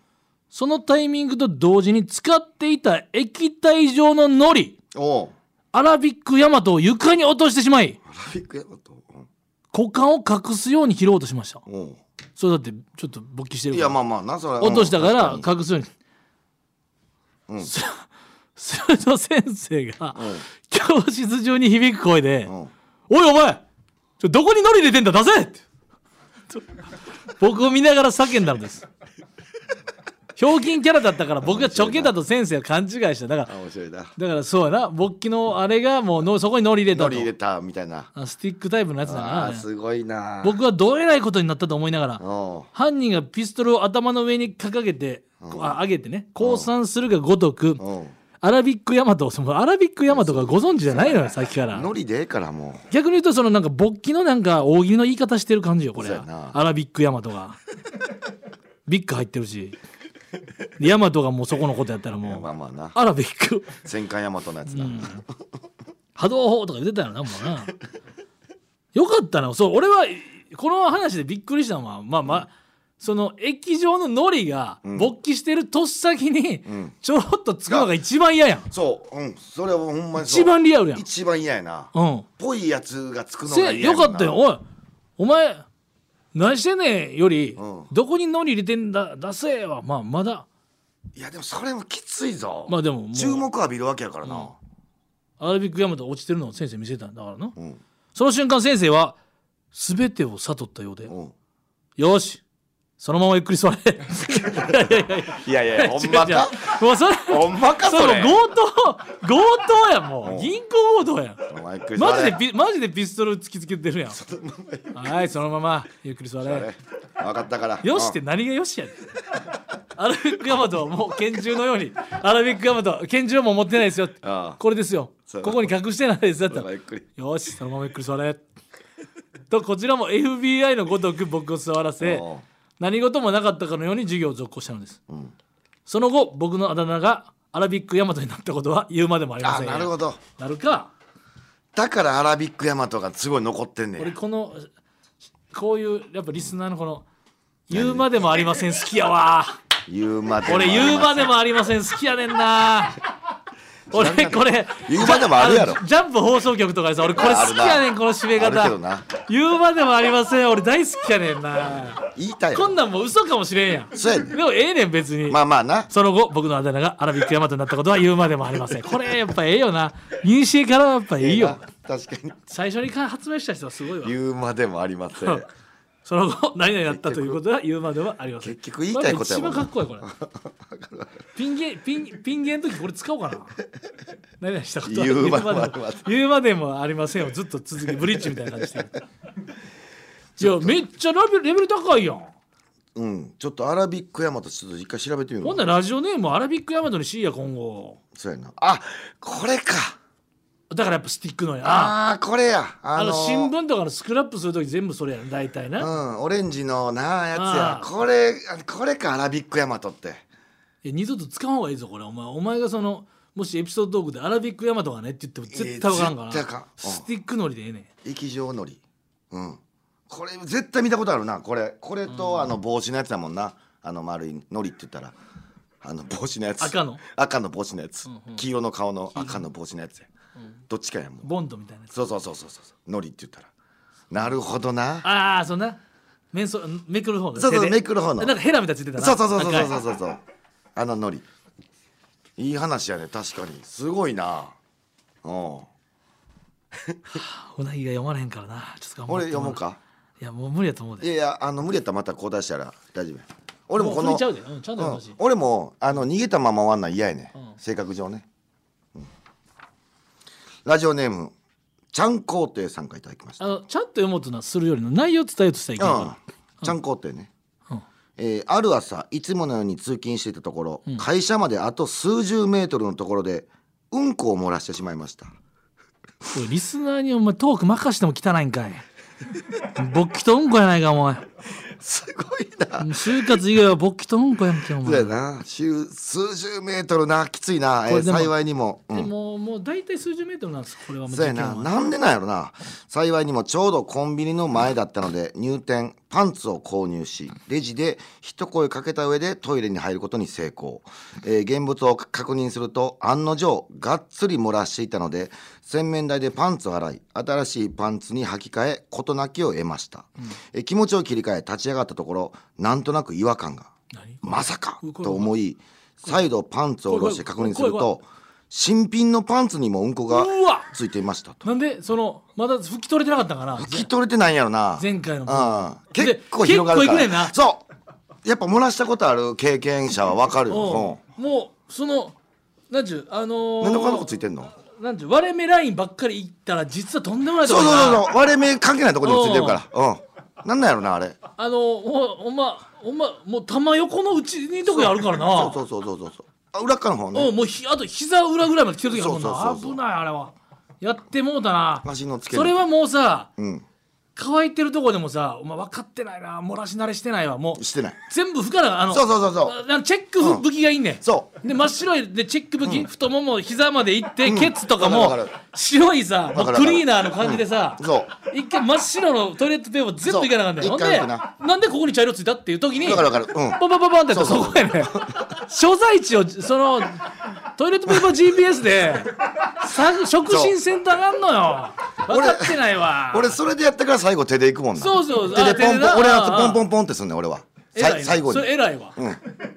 Speaker 3: そのタイミングと同時に使っていた液体状の糊
Speaker 4: おう
Speaker 3: アラビックヤマトを床に落としてしまい
Speaker 4: アラビックヤマトうん
Speaker 3: 股間を隠すように拾おうとしました
Speaker 4: おう
Speaker 3: それだってちょっと勃起してる
Speaker 4: い
Speaker 3: か
Speaker 4: や
Speaker 3: ら
Speaker 4: まあまあなそれは
Speaker 3: 落としたから
Speaker 4: うん確
Speaker 3: 隠すように、
Speaker 4: うん
Speaker 3: そすると先生が
Speaker 4: かに
Speaker 3: 教室中に響く声で
Speaker 4: うんうん
Speaker 3: 「おいお前ちょどこにノリ出てんだ出せ!」ってと僕を見ながら叫んだのですひょうきんキャラだったから僕がちょけたと先生は勘違いしただから
Speaker 4: あ面白いな
Speaker 3: だからそうやな勃起のあれがもうのそこにノリ入れた
Speaker 4: ノ
Speaker 3: と
Speaker 4: リ入れたみたいな
Speaker 3: あスティックタイプのやつだなあ
Speaker 4: あ
Speaker 3: れ
Speaker 4: ーすごいな
Speaker 3: 僕はどえらいことになったと思いながら
Speaker 4: おう
Speaker 3: 犯人がピストルを頭の上に掲げて、こうあ上げてね降参するがごとく
Speaker 4: おう
Speaker 3: アラビックヤマトそのアラビックヤマトがご存知じゃないのよさっきから
Speaker 4: ノリでええからも
Speaker 3: 逆に言うとそのなんか勃起のなんか大喜利の言い方してる感じよこれ
Speaker 4: そうやな
Speaker 3: アラビックヤマトが ビッグ入ってるしでヤマトがもうそこのことやったら
Speaker 4: う
Speaker 3: も
Speaker 4: まあ
Speaker 3: う
Speaker 4: まあな
Speaker 3: アラビック
Speaker 4: 戦艦ヤマトのやつな
Speaker 3: 波動砲とか言ってたよなもうなよかったなそう俺はこの話でびっくりしたのはまあまあ、その液状のノリが
Speaker 4: ん
Speaker 3: 勃起してるとっさきに
Speaker 4: ん
Speaker 3: ちょろっとつくのが一番嫌やん、
Speaker 4: そううんそれはほんまにそう
Speaker 3: 一番リアルやん
Speaker 4: 一番嫌やな
Speaker 3: うん
Speaker 4: ぽいやつがつくのが
Speaker 3: せ
Speaker 4: 嫌や
Speaker 3: よ
Speaker 4: な
Speaker 3: かったよおいお前何してんねんより、
Speaker 4: うん
Speaker 3: どこにノリ入れてんだ出せはまあまだ
Speaker 4: いやでもそれもきついぞ
Speaker 3: まあでももう
Speaker 4: 注目浴びるわけやからな
Speaker 3: アラビックヤマト落ちてるのを先生見せたんだからな、
Speaker 4: うん
Speaker 3: その瞬間先生は全てを悟ったようで、
Speaker 4: うん
Speaker 3: よしそのままゆっくり座れいやいや
Speaker 4: いや
Speaker 3: いやいや
Speaker 4: いやほん
Speaker 3: 違う
Speaker 4: ま
Speaker 3: 違
Speaker 4: か
Speaker 3: うもうそれ
Speaker 4: ほんまか
Speaker 3: そ
Speaker 4: そ
Speaker 3: れ
Speaker 4: れ
Speaker 3: 強盗強盗やんもう銀行強盗やん
Speaker 4: お前ゆっくり座
Speaker 3: マジ
Speaker 4: れ
Speaker 3: でピマジでピストル突きつけてるやんはいそのままゆっくり座れ
Speaker 4: 分かったから
Speaker 3: よしって何がよしやねんアラビックヤマトはもう拳銃のようにアラビックヤマトは拳銃はもう持ってないですよ
Speaker 4: ああ
Speaker 3: これですよ
Speaker 4: そう
Speaker 3: ここに隠してないですだっ
Speaker 4: うん
Speaker 3: た
Speaker 4: お前
Speaker 3: ら
Speaker 4: ゆっくり
Speaker 3: よしそのままゆっくり座れとこちらも FBI のごとく僕を座らせ
Speaker 4: おう
Speaker 3: 何事もなかったかのように授業を続行したのです、
Speaker 4: ん
Speaker 3: その後僕のあだ名がアラビックヤマトになったことは言うまでもありま
Speaker 4: あ
Speaker 3: せん
Speaker 4: なるほど
Speaker 3: なるか
Speaker 4: だからアラビックヤマトがすごい残ってんね
Speaker 3: 俺
Speaker 4: ん
Speaker 3: このこういうやっぱリスナーのこの言うまでもありません好きやわ
Speaker 4: 言うまでも
Speaker 3: 俺言うまで
Speaker 4: あ
Speaker 3: もありません好きやね んな俺これ
Speaker 4: 言うまでもあるやろ
Speaker 3: ジャジャンプ放送局とかでさ俺これ好きやねんこの締め
Speaker 4: りませんあるけど
Speaker 3: 方
Speaker 4: な
Speaker 3: 言うまでもありません俺大好きやねんな
Speaker 4: 言いたいよ
Speaker 3: こんなんもう嘘かもしれんやん
Speaker 4: そうやね
Speaker 3: で
Speaker 4: ん
Speaker 3: もええねん別に
Speaker 4: まあまあな
Speaker 3: その後僕のあだ名がアラビックヤマトになったことは言うまでもありませんこれやっぱええよな妊娠からやっぱええよ
Speaker 4: 確かに
Speaker 3: 最初に発明した人はすごいわ
Speaker 4: 言うまでもありませ ん
Speaker 3: その後何々やったということは言うまではありません
Speaker 4: 結局言いたいことやもん
Speaker 3: これ一番かっこいいこれピンゲピンピンゲの時これ使おうかな何々したことは
Speaker 4: 言うまでもあり
Speaker 3: 言う
Speaker 4: ま
Speaker 3: まで
Speaker 4: せん
Speaker 3: 言うまでもありませんよずっと続きブリッジみたいな感じでいやめっちゃレベルレベル高いやん
Speaker 4: うんちょっとアラビックヤマトちょっと一回調べてみる
Speaker 3: ほ
Speaker 4: わ
Speaker 3: んならラジオネームアラビックヤマトにしいや今後
Speaker 4: そうやなあこれか
Speaker 3: だからやっぱスティックのやあ
Speaker 4: あーこれやあ
Speaker 3: あ
Speaker 4: の
Speaker 3: の新聞とかのスクラップする時全部それやん大体な、
Speaker 4: うんオレンジのなやつや
Speaker 3: あー
Speaker 4: これあこれかアラビックヤマトって
Speaker 3: いや二度と使わん方がいいぞこれお前お前がそのもしエピソードトークでアラビックヤマトがねって言っても絶対わからんから、
Speaker 4: いや絶対あかんうん
Speaker 3: スティックのりでええねん
Speaker 4: 液状のりうんこれ絶対見たことあるなこれこれとあの帽子のやつだもんなあの丸いのりって言ったらあの帽子のやつ
Speaker 3: 赤の
Speaker 4: 赤の帽子のやつ、黄色の顔の赤の帽子のやつや、どっちかやもん
Speaker 3: ボンドみたいなやつ
Speaker 4: そうそうそうそうそうのりって言ったらなるほどな
Speaker 3: ああそんなめんそめくる方の
Speaker 4: そうそう
Speaker 3: 手で
Speaker 4: めくる方の
Speaker 3: なんかヘラみたいについてたな
Speaker 4: そうそうそうそうそう
Speaker 3: 赤
Speaker 4: そ
Speaker 3: いう
Speaker 4: そうそうあののりいい話やね確かにすごいなうん
Speaker 3: うなぎが読まれへんからなちょっと頑張っ
Speaker 4: 俺
Speaker 3: て
Speaker 4: 読もうか
Speaker 3: いやもう無理やと思う
Speaker 4: い
Speaker 3: で
Speaker 4: やいやあの無理やったらまた交代したら大丈夫や俺も
Speaker 3: も
Speaker 4: こ
Speaker 3: う
Speaker 4: の
Speaker 3: 吹いちゃうでうんちゃんと
Speaker 4: う
Speaker 3: 読む
Speaker 4: ん
Speaker 3: し、
Speaker 4: 俺もあの逃げたまま終わんない嫌やね、
Speaker 3: うん
Speaker 4: 性格上ね、うんラジオネームちゃん皇帝さんからいただきました
Speaker 3: あのちゃんと読もうとなするよりの内容伝えようとしたらいけん
Speaker 4: うん
Speaker 3: か
Speaker 4: ちゃん皇帝ね、
Speaker 3: うん
Speaker 4: えーある朝いつものように通勤していたところ、会社まであと数十メートルのところでうんこを漏らしてしまいました
Speaker 3: ら、おいリ スナーにお前トーク任しても汚いんかい勃起とうんこやないかお前
Speaker 4: すごいな
Speaker 3: もう就活以外は勃起とうんこやんけお
Speaker 4: そうや
Speaker 3: 前
Speaker 4: な週数十メートルなきついな、えー
Speaker 3: これでも
Speaker 4: 幸いにも、うん
Speaker 3: でももう大体数十メートルなんですこれはもう
Speaker 4: そうやななんでなんやろな幸いにもちょうどコンビニの前だったので入店パンツを購入しレジで一声かけた上でトイレに入ることに成功、えー現物を確認すると案の定がっつり漏らしていたので洗面台でパンツを洗い新しいパンツに履き替え事なきを得ました、えー気持ちを切り替え立ち上がったところなんとなく違和感が
Speaker 3: 何
Speaker 4: まさか
Speaker 3: うんこれ
Speaker 4: と思い再度パンツを下ろして確認する
Speaker 3: これこと
Speaker 4: 新品のパンツにもうんこが
Speaker 3: うわ
Speaker 4: ついていましたと
Speaker 3: なんでそのまだ拭き取れてなかったんかな
Speaker 4: 拭き取れてないんやろな
Speaker 3: 前回の
Speaker 4: うん
Speaker 3: で
Speaker 4: 結構広がるから
Speaker 3: 結構いくねんな
Speaker 4: そうやっぱ漏らしたことある経験者は分かるよ
Speaker 3: うんもうそのなんちゅうあのー、
Speaker 4: 何でこんなことついてんの
Speaker 3: なんちゅう割れ目ラインばっかりいったら実はとんでもないと
Speaker 4: そ
Speaker 3: こ
Speaker 4: う
Speaker 3: に
Speaker 4: そう
Speaker 3: な
Speaker 4: そうそう割れ目関係ないとこにもついてるからうんなんなんやろなあれ
Speaker 3: あのー、ほほんまほんまもう玉横のうちにとこにあるからな
Speaker 4: そうそうそうそうそうそうあ裏っ側の方
Speaker 3: う
Speaker 4: ね
Speaker 3: んもうひあと膝裏ぐらいまで来てる時あるもんな
Speaker 4: そうそうそうそう
Speaker 3: 危ないあれはやってもうたな
Speaker 4: 足の付け根
Speaker 3: それはもうさ
Speaker 4: うん
Speaker 3: 乾いてるとこでもさお前分かってないな漏らし慣れしてないわもう
Speaker 4: してない
Speaker 3: 全部負荷なあの
Speaker 4: そうそうそうそう
Speaker 3: あのチェック
Speaker 4: うん
Speaker 3: 武器がいいねん、
Speaker 4: そう
Speaker 3: で真っ白いでチェック武器、太もも膝までいって、ケツとか
Speaker 4: わ
Speaker 3: も
Speaker 4: かるわか
Speaker 3: 白いさ
Speaker 4: わ
Speaker 3: もう
Speaker 4: かる
Speaker 3: クリーナーの感じでさ、
Speaker 4: うんそう
Speaker 3: 一回真っ白のトイレットペーパー全部いかなあかった
Speaker 4: そう
Speaker 3: よほ
Speaker 4: ん
Speaker 3: で
Speaker 4: 一回やっ
Speaker 3: ななんでここに茶色ついたっていう時に
Speaker 4: わかるわかるうん
Speaker 3: パンパンパンパンってやったら
Speaker 4: そう
Speaker 3: そこやねん所在地をそのトイレットペーパー GPS でさ触診センターがあんのよ分かってないわ
Speaker 4: 俺それでやったから最後手でいくもんな
Speaker 3: そうそう
Speaker 4: 手
Speaker 3: あ
Speaker 4: でポンポ
Speaker 3: 手でな
Speaker 4: ン俺は
Speaker 3: ああ
Speaker 4: ポンポンポンってすんねん俺はさい
Speaker 3: 偉いな
Speaker 4: 最後に
Speaker 3: それ偉いわ、
Speaker 4: うん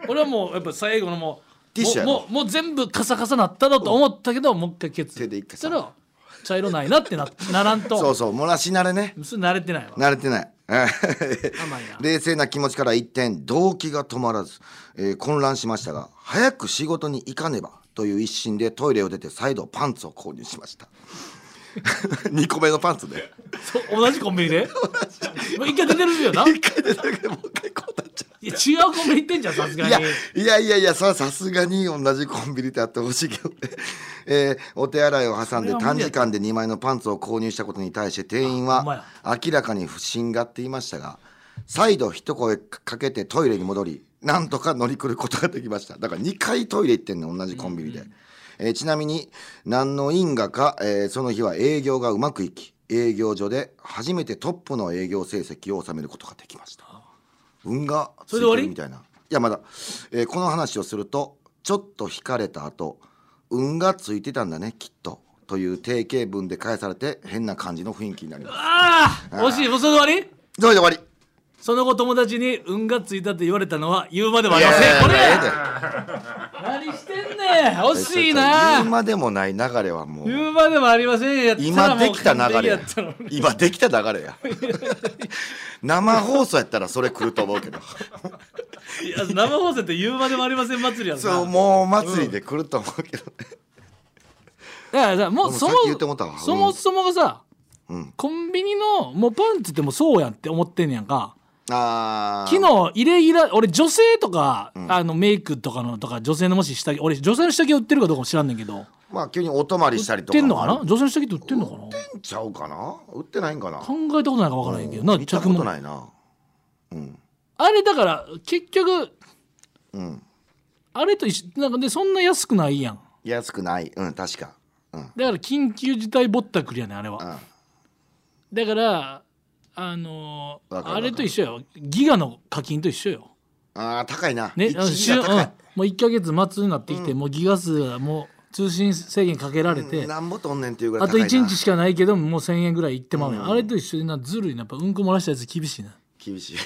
Speaker 3: 俺はもうやっぱ最後のもう
Speaker 4: ティッシュやろ
Speaker 3: もうもうもう全部カサカサなっただと思ったけど、もう一回ケツ
Speaker 4: 手で一回
Speaker 3: それを茶色ないなってなならんと
Speaker 4: そうそう漏らし慣れね
Speaker 3: それ慣れてないわ
Speaker 4: 慣れてない
Speaker 3: 甘いな
Speaker 4: 冷静な気持ちから一転動機が止まらず、えー混乱しましたが早く仕事に行かねばという一心でトイレを出て再度パンツを購入しました 2個目のパンツで
Speaker 3: そう同じコンビ ニでもう一回出てるよな
Speaker 4: 一回出たけどもう一回こうなっちゃう
Speaker 3: いや違うコンビニ行ってんじゃんさすが
Speaker 4: い
Speaker 3: に
Speaker 4: やいやいやいやそれはさすがに同じコンビニであってほしいけどね、 えーお手洗いを挟んで
Speaker 3: それ
Speaker 4: 短
Speaker 3: は無理や
Speaker 4: 時間で2枚のパンツを購入したことに対して店員は
Speaker 3: ほんまや
Speaker 4: 明らかに不審がっていましたが再度一声かけてトイレに戻りなんとか乗り来ることができましただから2回トイレ行ってんの同じコンビニで、えーちなみに何の因果か、えーその日は営業がうまくいき営業所で初めてトップの営業成績を収めることができました運がつ
Speaker 3: それで
Speaker 4: い
Speaker 3: 終
Speaker 4: て
Speaker 3: わり
Speaker 4: るみたいないやまだ、えーこの話をするとちょっと惹かれた後運がついてたんだねきっとという定型文で返されて変な感じの雰囲気になります
Speaker 3: ああ惜しいもうそれで終わり
Speaker 4: それで終わり
Speaker 3: その後友達に運がついたって言われたのは言うまでもあ
Speaker 4: い
Speaker 3: りません
Speaker 4: やいや
Speaker 3: こ
Speaker 4: い
Speaker 3: れ
Speaker 4: やええで
Speaker 3: 何してんねん惜し
Speaker 4: 言
Speaker 3: い
Speaker 4: う
Speaker 3: な
Speaker 4: までもない流れはもう
Speaker 3: 言うまでもありませんやったら
Speaker 4: 今できた
Speaker 3: もう完
Speaker 4: 流れ
Speaker 3: 璧や
Speaker 4: や
Speaker 3: ったのに
Speaker 4: 今できた流れや生放送やったらそれ来ると思うけど
Speaker 3: いや生放送って言うまでもありません祭りや ろな
Speaker 4: そうもう祭りで来ると思うけどね、
Speaker 3: だからさもう
Speaker 4: でも
Speaker 3: そも
Speaker 4: さっき言ってもうたわ
Speaker 3: そもそもがさ、
Speaker 4: うん
Speaker 3: コンビニのもうパンツってもうそうやんって思ってんやんか
Speaker 4: あー
Speaker 3: 昨日イレギュラー俺女性とか、あのメイクとかのとか女性のもし下着俺女性の下着売ってるかどうかも知らんねんけど
Speaker 4: まあ急にお泊まりした
Speaker 3: 売
Speaker 4: り
Speaker 3: っ
Speaker 4: とか
Speaker 3: てんの
Speaker 4: も
Speaker 3: か
Speaker 4: あ
Speaker 3: な
Speaker 4: る
Speaker 3: 女性の下着って売ってんのかな
Speaker 4: ちゃうかな売ってないんかな
Speaker 3: 考えたことないから分からへんけどな
Speaker 4: 見た
Speaker 3: 着
Speaker 4: こと
Speaker 3: 物
Speaker 4: ないな
Speaker 3: あれだから結局
Speaker 4: うん
Speaker 3: あれと一緒なんかでそんな安くないやん
Speaker 4: 安くないうん確かうん
Speaker 3: だから緊急事態ぼったくりやねんあれは
Speaker 4: うん
Speaker 3: だからあのー
Speaker 4: わかるわか
Speaker 3: あ
Speaker 4: る
Speaker 3: れと一緒よギガの課金と一緒よ
Speaker 4: あー高いな、
Speaker 3: ね
Speaker 4: 一
Speaker 3: あの
Speaker 4: 時が
Speaker 3: 週うん
Speaker 4: 高い、
Speaker 3: もう1か月末になってきて、もうギガ数がもう通信制限かけられて、
Speaker 4: なんぼとんねんっていうぐら
Speaker 3: あ
Speaker 4: い
Speaker 3: と
Speaker 4: 高いな
Speaker 3: 1日しかないけどもう1,000円ぐらいいってまうやん、あれと一緒でなずるいなやっぱうんこ漏らしたやつ厳しいな
Speaker 4: 厳し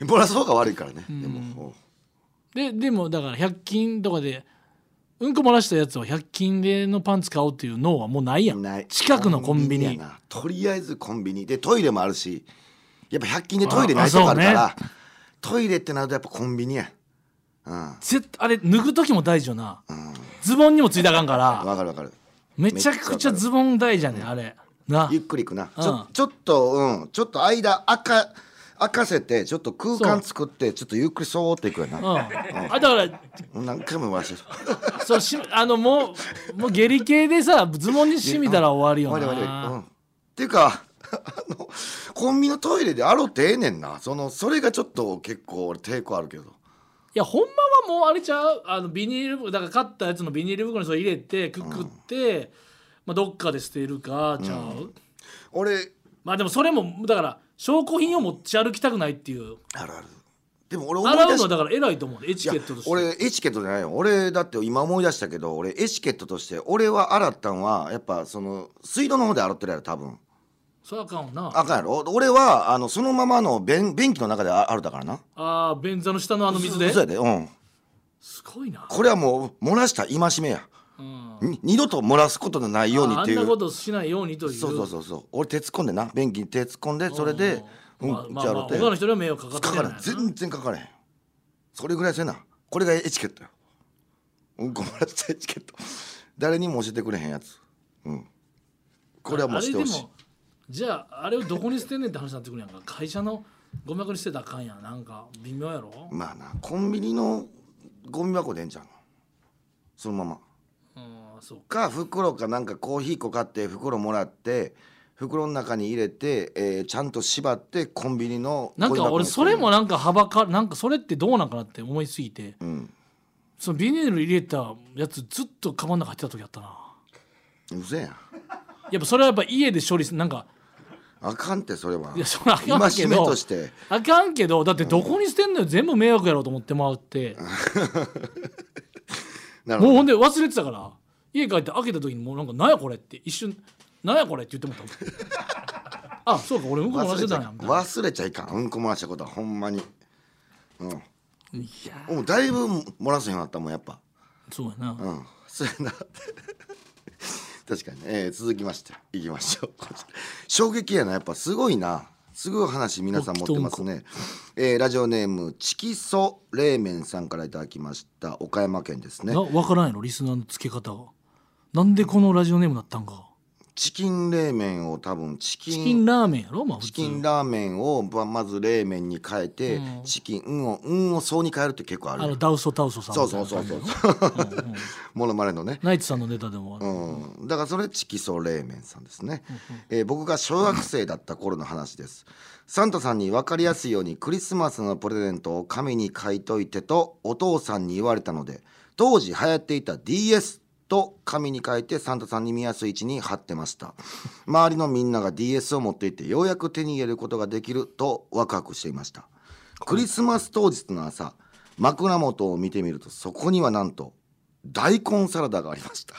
Speaker 4: い もらそうが悪いからね、でも
Speaker 3: ででもだから100均とかでうんこ漏らしたやつを100均でのパンツ買おうっていう脳はもうないやん
Speaker 4: ない
Speaker 3: 近くのコンビニ
Speaker 4: やなとりあえずコンビニでトイレもあるしやっぱ100均でトイレない
Speaker 3: あ
Speaker 4: と
Speaker 3: あ
Speaker 4: こあるから、
Speaker 3: そ
Speaker 4: トイレってなるとやっぱコンビニやうんわ
Speaker 3: 絶対あれ脱ぐ時も大事よな、ズボンにもついたらあかんから
Speaker 4: かるわかる
Speaker 3: めちゃくちゃズボン大事やねんあれな
Speaker 4: ゆっくりいくな、ち
Speaker 3: う
Speaker 4: ょ
Speaker 3: ん
Speaker 4: ちょっとうんちょっと間開か開かせてちょっと空間
Speaker 3: そ
Speaker 4: 作ってちょっとゆっくりそーっといくよな、
Speaker 3: うん、あだから
Speaker 4: 何回も回してる
Speaker 3: そうしあのもうもう下痢系でさズボンにしみたら終わる
Speaker 4: 悪い
Speaker 3: よ
Speaker 4: 悪い悪い、う、
Speaker 3: なん
Speaker 4: っていうかあのコンビのトイレで洗ってええねんなそのそれがちょっと結構俺抵抗あるけど
Speaker 3: いやほんまはもうあれちゃうあのビニール袋だから買ったやつのビニール袋にそれ入れてくくって、まあ、どっかで捨てるかちゃう、
Speaker 4: 俺
Speaker 3: まあでもそれもだから証拠品を持ち歩きたくないっていう
Speaker 4: あるあるでも俺思
Speaker 3: 洗
Speaker 4: いう出
Speaker 3: の
Speaker 4: し
Speaker 3: はだから偉いと思うエ
Speaker 4: い
Speaker 3: チ
Speaker 4: や
Speaker 3: ケットとして
Speaker 4: 俺エチケットじゃないよ俺だって今思い出したけど俺エチケットとして俺は洗ったんはやっぱその水道の方で洗ってるやろ多分
Speaker 3: それはあかんわな
Speaker 4: あかんやろ俺はあのそのままの便便器の中であ洗ったからな
Speaker 3: あー便座の下のあの水で
Speaker 4: そうやでうん
Speaker 3: すごいな、
Speaker 4: これはもう漏らした戒めや
Speaker 3: うん、
Speaker 4: に二度と漏らすことのないように
Speaker 3: あ
Speaker 4: ってい
Speaker 3: あん
Speaker 4: う
Speaker 3: なことしないようにという
Speaker 4: そうそうそうそう俺手突っ込んでな便器に手突っ込んでそれでうん
Speaker 3: まあまあ
Speaker 4: じゃあ
Speaker 3: まあ
Speaker 4: 洗って
Speaker 3: 他の人には迷惑かか
Speaker 4: か
Speaker 3: っ
Speaker 4: か
Speaker 3: てない
Speaker 4: ら
Speaker 3: なん
Speaker 4: 全然かからへんそれぐらいせなこれがエチケットようんこ漏らしたエチケット誰にも教えてくれへんやつうんこれはもうしてほ
Speaker 3: あれ
Speaker 4: し
Speaker 3: で
Speaker 4: い
Speaker 3: もじゃああれをどこに捨てんねんって話になってくるやんか会社のゴミ箱に捨てたらあかんやんなんか微妙やろ、
Speaker 4: まあなコンビニのゴミ箱でええんちゃうのそのまま
Speaker 3: うん、そう
Speaker 4: か袋かなんかコーヒー粉買って袋もらって袋の中に入れて、えーちゃんと縛ってコンビニの
Speaker 3: なん
Speaker 4: ゴミ
Speaker 3: か
Speaker 4: 箱
Speaker 3: 俺
Speaker 4: に
Speaker 3: それもなんかはばかなんかそれってどうなんかなって思いすぎて
Speaker 4: うん
Speaker 3: そのビニール入れたやつずっとカバンの中入ってた時あったな
Speaker 4: うせやん
Speaker 3: やっぱそれはやっぱ家で処理すなんか
Speaker 4: あかんってそれはい
Speaker 3: やそれあかんけど
Speaker 4: 今しめとして
Speaker 3: あかんけどだってどこに捨てんのよ全部迷惑やろうと思ってもらって
Speaker 4: なる
Speaker 3: も
Speaker 4: ほど
Speaker 3: うほんで忘れてたから家帰って開けた時にもうなんか「なんやこれ」って一瞬「なんやこれ」って言っても らったあそうか俺向こう漏ら
Speaker 4: 忘
Speaker 3: して
Speaker 4: れちゃい
Speaker 3: たんや
Speaker 4: かん
Speaker 3: みたいな
Speaker 4: 忘れちゃいかんうんこ漏らしたことはほんまにうん
Speaker 3: いや
Speaker 4: もうだいぶ漏らせへんわったもんやっぱ
Speaker 3: そうやな、
Speaker 4: うんそうやな 確かにね、えー続きましていきましょうこちら衝撃やなやっぱすごいなすごい話皆さん持ってますね、えーラジオネームチキソ冷麺さんからいただきました岡山県ですね
Speaker 3: な分からんやろリスナーの付け方がなんでこのラジオネームだったんか
Speaker 4: チキン冷麺を多分チキン
Speaker 3: チキンラーメンやろまあ普
Speaker 4: チ
Speaker 3: 通
Speaker 4: キンラーメンをままず冷麺に変えて、
Speaker 3: うん
Speaker 4: チキンうんをうんをそうに変えるって結構ある
Speaker 3: あのダウソタウソさん
Speaker 4: そうそうそうそう
Speaker 3: みたいな感じやろうんうん
Speaker 4: モノマネのね、
Speaker 3: ナイツさんのネタでもある、
Speaker 4: うん、だからそれチキソ冷麺さんですね、えー僕が小学生だった頃の話ですサンタさんに分かりやすいようにクリスマスのプレゼントを紙に書いといてとお父さんに言われたので当時流行っていた DS と紙に書いてサンタさんに見やすい位置に貼ってました周りのみんなが DS を持っていてようやく手に入れることができるとワクワクしていましたクリスマス当日の朝枕元を見てみるとそこにはなんと大根サラダがありま した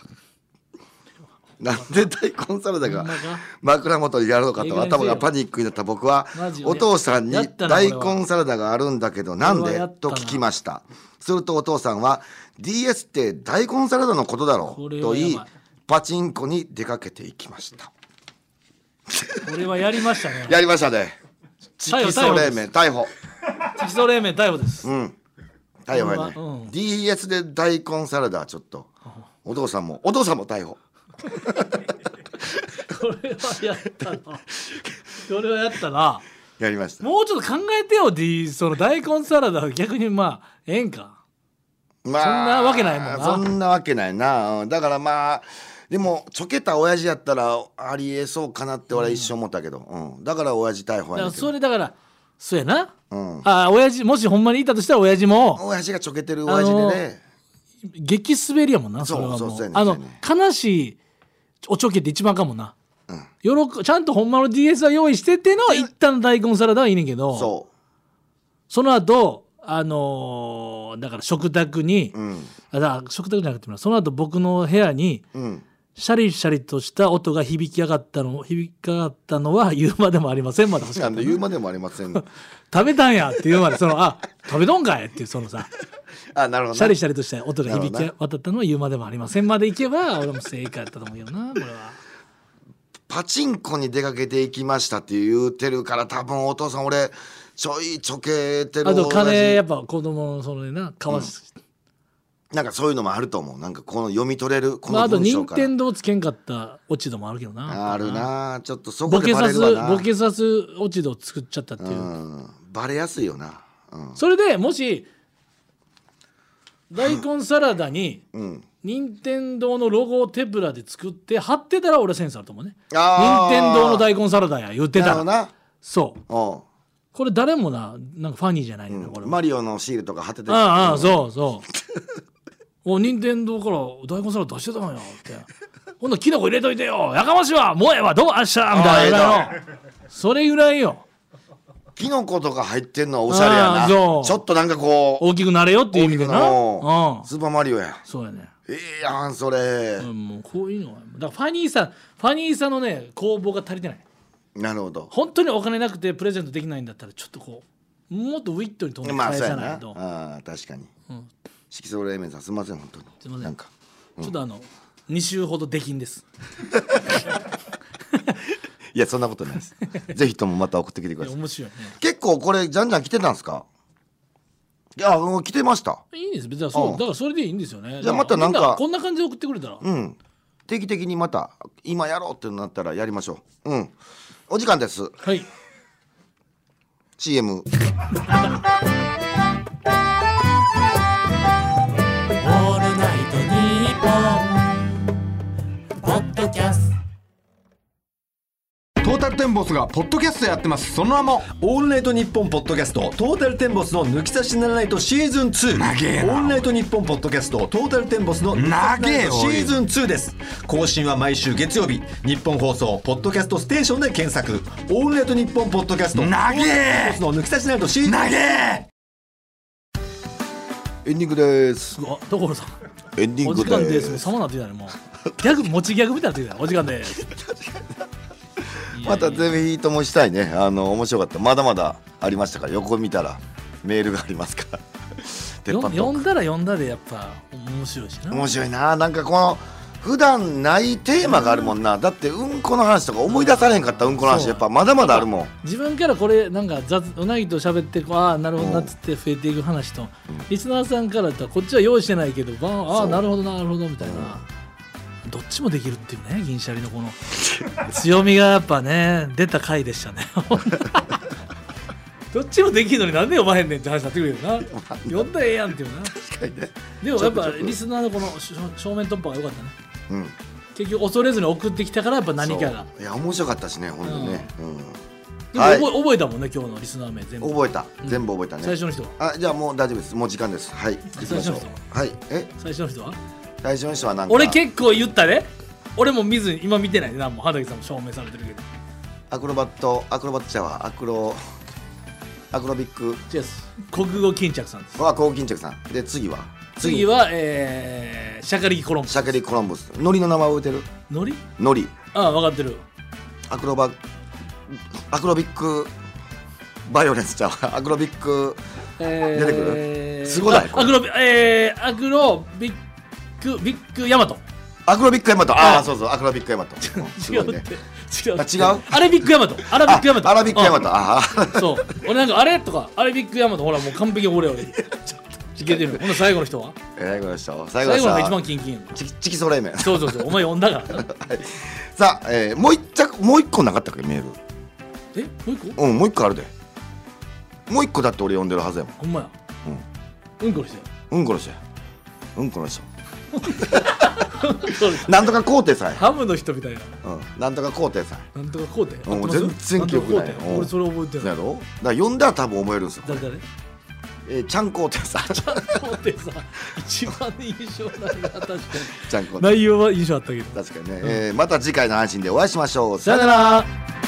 Speaker 4: なんで大根サラダ
Speaker 3: ほん
Speaker 4: が
Speaker 3: まか
Speaker 4: 枕元にやるのか
Speaker 3: ええ
Speaker 4: と
Speaker 3: 加減にせ
Speaker 4: 頭
Speaker 3: よ
Speaker 4: がパニックになった僕は
Speaker 3: マジよ
Speaker 4: お父さんに
Speaker 3: やったな
Speaker 4: 大
Speaker 3: これは
Speaker 4: 根サラダがあるんだけどなん
Speaker 3: これは
Speaker 4: で
Speaker 3: やった
Speaker 4: と
Speaker 3: な
Speaker 4: 聞きましたするとお父さんは DS って大根サラダのことだろ
Speaker 3: これ
Speaker 4: う
Speaker 3: は
Speaker 4: と
Speaker 3: やばい
Speaker 4: 言いパチンコに出かけていきました
Speaker 3: これはやりましたね
Speaker 4: やりましたねチ
Speaker 3: 逮捕
Speaker 4: キソ冷麺逮捕
Speaker 3: チキソ冷麺逮捕です、
Speaker 4: うん逮捕やね、
Speaker 3: これはうん
Speaker 4: DS で大根サラダはちょっとお父さんもお父さんも逮捕
Speaker 3: これはやったなこれはやったな
Speaker 4: やりました
Speaker 3: もうちょっと考えてよ、D、その大根サラダは逆にまあええんか
Speaker 4: まあ
Speaker 3: そんなわけないもんな
Speaker 4: そんなわけないなうんだからまあでもちょけた親父やったらありえそうかなって俺は一生思ったけど、うんだから親父逮捕
Speaker 3: だ
Speaker 4: や
Speaker 3: か
Speaker 4: ね
Speaker 3: ら
Speaker 4: んけど
Speaker 3: それだからそうやな、
Speaker 4: うん
Speaker 3: ああ親父もしほんまにいたとしたら親父も
Speaker 4: 親父がちょけてる親父でね、
Speaker 3: 激滑りやもんな
Speaker 4: そ
Speaker 3: そうれはも
Speaker 4: そうそうやねん
Speaker 3: あの
Speaker 4: そうやね
Speaker 3: 悲しいおちょけって一番あかんもんな、喜ちゃんとほんまの DS は用意してての一旦大根サラダはいいねんけど
Speaker 4: そ
Speaker 3: その後あのーだから食卓に、
Speaker 4: ううん
Speaker 3: あだから食卓じゃなくてもその後僕の部屋に
Speaker 4: うん
Speaker 3: シャリシャリとした音が響き上がったの響き上がったのは言うまでもありませんまで欲しか
Speaker 4: あ
Speaker 3: っ
Speaker 4: の
Speaker 3: た
Speaker 4: 言うまでもありませ ん
Speaker 3: 食べたんやっていうまでそのあ食べとんかいっていうそのさ
Speaker 4: あなるほど
Speaker 3: シャ
Speaker 4: な
Speaker 3: リシャリとした音が響き渡ったのは言うまでもありませんまでいけば俺も正解だったと思うよな これは
Speaker 4: パチンコに出かけていきましたって言うてるから多分お父さん俺ちょいちょけてる
Speaker 3: あと金や
Speaker 4: 親
Speaker 3: っぱ子供のそのねなかわし、
Speaker 4: 父なんかそういうのもあると思うなんかこの読み取れるこ
Speaker 3: まあ、
Speaker 4: の
Speaker 3: あと
Speaker 4: 文章
Speaker 3: 任
Speaker 4: から、
Speaker 3: 天堂つけんかった落ち度もあるけどな
Speaker 4: あ、るなちょっとそこ
Speaker 3: ボ
Speaker 4: で
Speaker 3: ケ
Speaker 4: バ
Speaker 3: さ
Speaker 4: レ
Speaker 3: す
Speaker 4: るわな
Speaker 3: ボケさす落ち度を作っちゃったっていう、
Speaker 4: うん、バレやすいよな、うん
Speaker 3: それでもし大根サラダに
Speaker 4: うん、
Speaker 3: 任天堂のロゴをテプラで作って貼ってたら俺はセンスあると思うね任
Speaker 4: あー
Speaker 3: 天堂の大根サラダや言って
Speaker 4: な
Speaker 3: た
Speaker 4: るほど
Speaker 3: ら
Speaker 4: な
Speaker 3: そう
Speaker 4: お
Speaker 3: これ誰もななんかファニーじゃないねんな、これは
Speaker 4: マリオのシールとか貼ってて
Speaker 3: ああああそうそう お任天堂から大根サラダ出してたんやってほんならキノコ入れといてよやかましいわもうええわどうも明日みたい
Speaker 4: あ
Speaker 3: なそれぐらいよ
Speaker 4: キノコとか入ってんのはおしゃれや
Speaker 3: あ
Speaker 4: な
Speaker 3: あ
Speaker 4: ち
Speaker 3: そ
Speaker 4: ょ
Speaker 3: う
Speaker 4: っとなんかこう
Speaker 3: 大きくなれよっていう意味でな
Speaker 4: お
Speaker 3: うん
Speaker 4: スーパーマリオや
Speaker 3: そうやね
Speaker 4: ええやんそれ
Speaker 3: うんもうこういうのはだからファニーさファニーさのね工房が足りてない
Speaker 4: なるほど
Speaker 3: 本当にお金なくてプレゼントできないんだったらちょっとこうもっとウィットに飛んで
Speaker 4: まあ
Speaker 3: 返
Speaker 4: そうや
Speaker 3: さ
Speaker 4: な
Speaker 3: な
Speaker 4: あ
Speaker 3: いと、
Speaker 4: あ確かに
Speaker 3: うん
Speaker 4: 色素冷麺さんすみません本当に
Speaker 3: すいません
Speaker 4: なんか
Speaker 3: ちょっとあの2週ほど出禁です
Speaker 4: いやそんなことないです ぜひともまた送ってきてくだ
Speaker 3: いや
Speaker 4: さい
Speaker 3: 面白いね
Speaker 4: 結構これじゃんじゃん来てたんですかいやもう来てました
Speaker 3: いいんです別にそう
Speaker 4: うん
Speaker 3: だからそれでいいんですよね
Speaker 4: じゃあまたなんか
Speaker 3: だらこんな感じで送ってくれたら、
Speaker 4: うん定期的にまた今やろうってなったらやりましょううんお時間です
Speaker 3: はい
Speaker 4: CM
Speaker 2: オールナイトニッポン」ポッドキャスト
Speaker 5: トータルテンボスがポッドキャストやってますその名も
Speaker 6: オールナイトニッポンポッドキャストトータルテンボスの抜き差しならないとシーズン2
Speaker 5: 長えな
Speaker 6: オールナイトニッポンポッドキャストトータルテンボスの抜き差しならないとシーズン2です更新は毎週月曜日日本放送ポッドキャストステーションで検索オールナイトニッポンポッドキャスト
Speaker 5: 長え
Speaker 6: の抜き差しならないとシーズン
Speaker 5: 投げ
Speaker 4: エンディングです
Speaker 3: あ所さん
Speaker 4: エンディ
Speaker 3: お
Speaker 4: ング
Speaker 3: 時間
Speaker 4: で
Speaker 3: です
Speaker 4: す
Speaker 3: もう様なってきたねもうギャグ持ちギャグみたいになってきたねお時間です
Speaker 4: またぜひともしたいねあの面白かったまだまだありましたから横見たらメールがあります から鉄
Speaker 3: よ
Speaker 4: 板トー
Speaker 3: 呼
Speaker 4: ク
Speaker 3: んだら呼んだでやっぱ面白いしな
Speaker 4: 面白いななんかこの普段ないテーマがあるもんなだってうんこの話とか思い出されへんかったうんこの話
Speaker 3: そう
Speaker 4: やっぱまだまだあるもん
Speaker 3: 自分からこれなんか雑うなぎと喋ってこうああなるほどなっつって増えていく話と、リスナーさんからだったらこっちは用意してないけどバンあ
Speaker 4: そ
Speaker 3: あ
Speaker 4: う
Speaker 3: なるほどなるほどみたいな、どっちもできるっていうね銀シャリのこの強みがやっぱね出た回でしたね どっちもできるのになんで呼ばへんねんって話になってくるけど な呼んだらええやんっていうな
Speaker 4: 確かにね
Speaker 3: でもやっぱリスナーのこの正正面突破が良かったね
Speaker 4: うん
Speaker 3: 結局恐れずに送ってきたからやっぱ何かが
Speaker 4: そういや面白かったしねほんとね、
Speaker 3: で
Speaker 4: はい
Speaker 3: も覚え覚えたもんね今日のリスナー名全
Speaker 4: うん、
Speaker 3: 部
Speaker 4: 覚えた全部覚えたね、
Speaker 3: 最初の人は
Speaker 4: あじゃあもう大丈夫ですもう時間ですはい行きましょ
Speaker 3: 最初の
Speaker 4: うはいえ
Speaker 3: 最初の人は
Speaker 4: 最初の人はなんか
Speaker 3: 俺結構言ったね俺も見ずに今見てないなもう畑さんも証明されてるけど
Speaker 4: アクロバットアクロバットチャワーアクロアクロビック
Speaker 3: 違うです国語巾着さんです
Speaker 4: は高金着さんで次は
Speaker 3: 次はえー、シャカリキコロン
Speaker 4: シャケリコロンブスノリの名前覚えてる
Speaker 3: ノリ
Speaker 4: ノリ
Speaker 3: ああ分かってる
Speaker 4: アクロバアクロビックバイオレンスちゃうわアクロビック
Speaker 3: え
Speaker 4: 出てくるすごない
Speaker 3: あアクロビえー、アクロビッグビッグヤマト
Speaker 4: アクロビックヤマトあ
Speaker 3: は
Speaker 4: あ
Speaker 3: い
Speaker 4: そうそうアクロビックヤ マトうんす
Speaker 3: 違
Speaker 4: ご
Speaker 3: う
Speaker 4: い
Speaker 3: っ
Speaker 4: ね
Speaker 3: て違うって
Speaker 4: あ違う
Speaker 3: あれビッグ ヤマトあれビッグヤマト
Speaker 4: あアラビックヤマ
Speaker 3: う
Speaker 4: トあ
Speaker 3: んそう俺なんかあれとかあれビッグヤマトほらもう完璧に 俺俺いけてるほんな最後の人は
Speaker 4: えらいことでした最後
Speaker 3: 最
Speaker 4: の
Speaker 3: 後のが一
Speaker 4: さ
Speaker 3: 番キンキン
Speaker 4: チキチキソレイメン
Speaker 3: そうそうそうお前呼んだからな
Speaker 4: さあ、えー、もう一着もう一個なかったっけメール
Speaker 3: えもう一個
Speaker 4: うんもう一個あるでもう一個だって俺呼んでるはずやもん
Speaker 3: ほんまや。うん。うんこして。
Speaker 4: うんこの人やうんこの人
Speaker 3: そうです
Speaker 4: なんとか皇帝さんや、
Speaker 3: ハムの人みたいな。
Speaker 4: うん、なんとか皇帝さん
Speaker 3: なんとかこうで。
Speaker 4: うん
Speaker 3: 合ってます
Speaker 4: 全然記憶ない
Speaker 3: んとかこうで
Speaker 4: うん
Speaker 3: 俺それ覚えて
Speaker 4: や
Speaker 3: な
Speaker 4: やろだ
Speaker 3: い。
Speaker 4: から呼んだら多分思えるんですよ、
Speaker 3: 誰誰
Speaker 4: えー、ちゃん皇帝さん ち
Speaker 3: こうでさ、一番印象ないな、確 かに。
Speaker 4: ゃん皇帝
Speaker 3: 内容は印象あったけど。
Speaker 4: 確かにね、えーまた次回の配信でお会いしましょう
Speaker 3: さよなら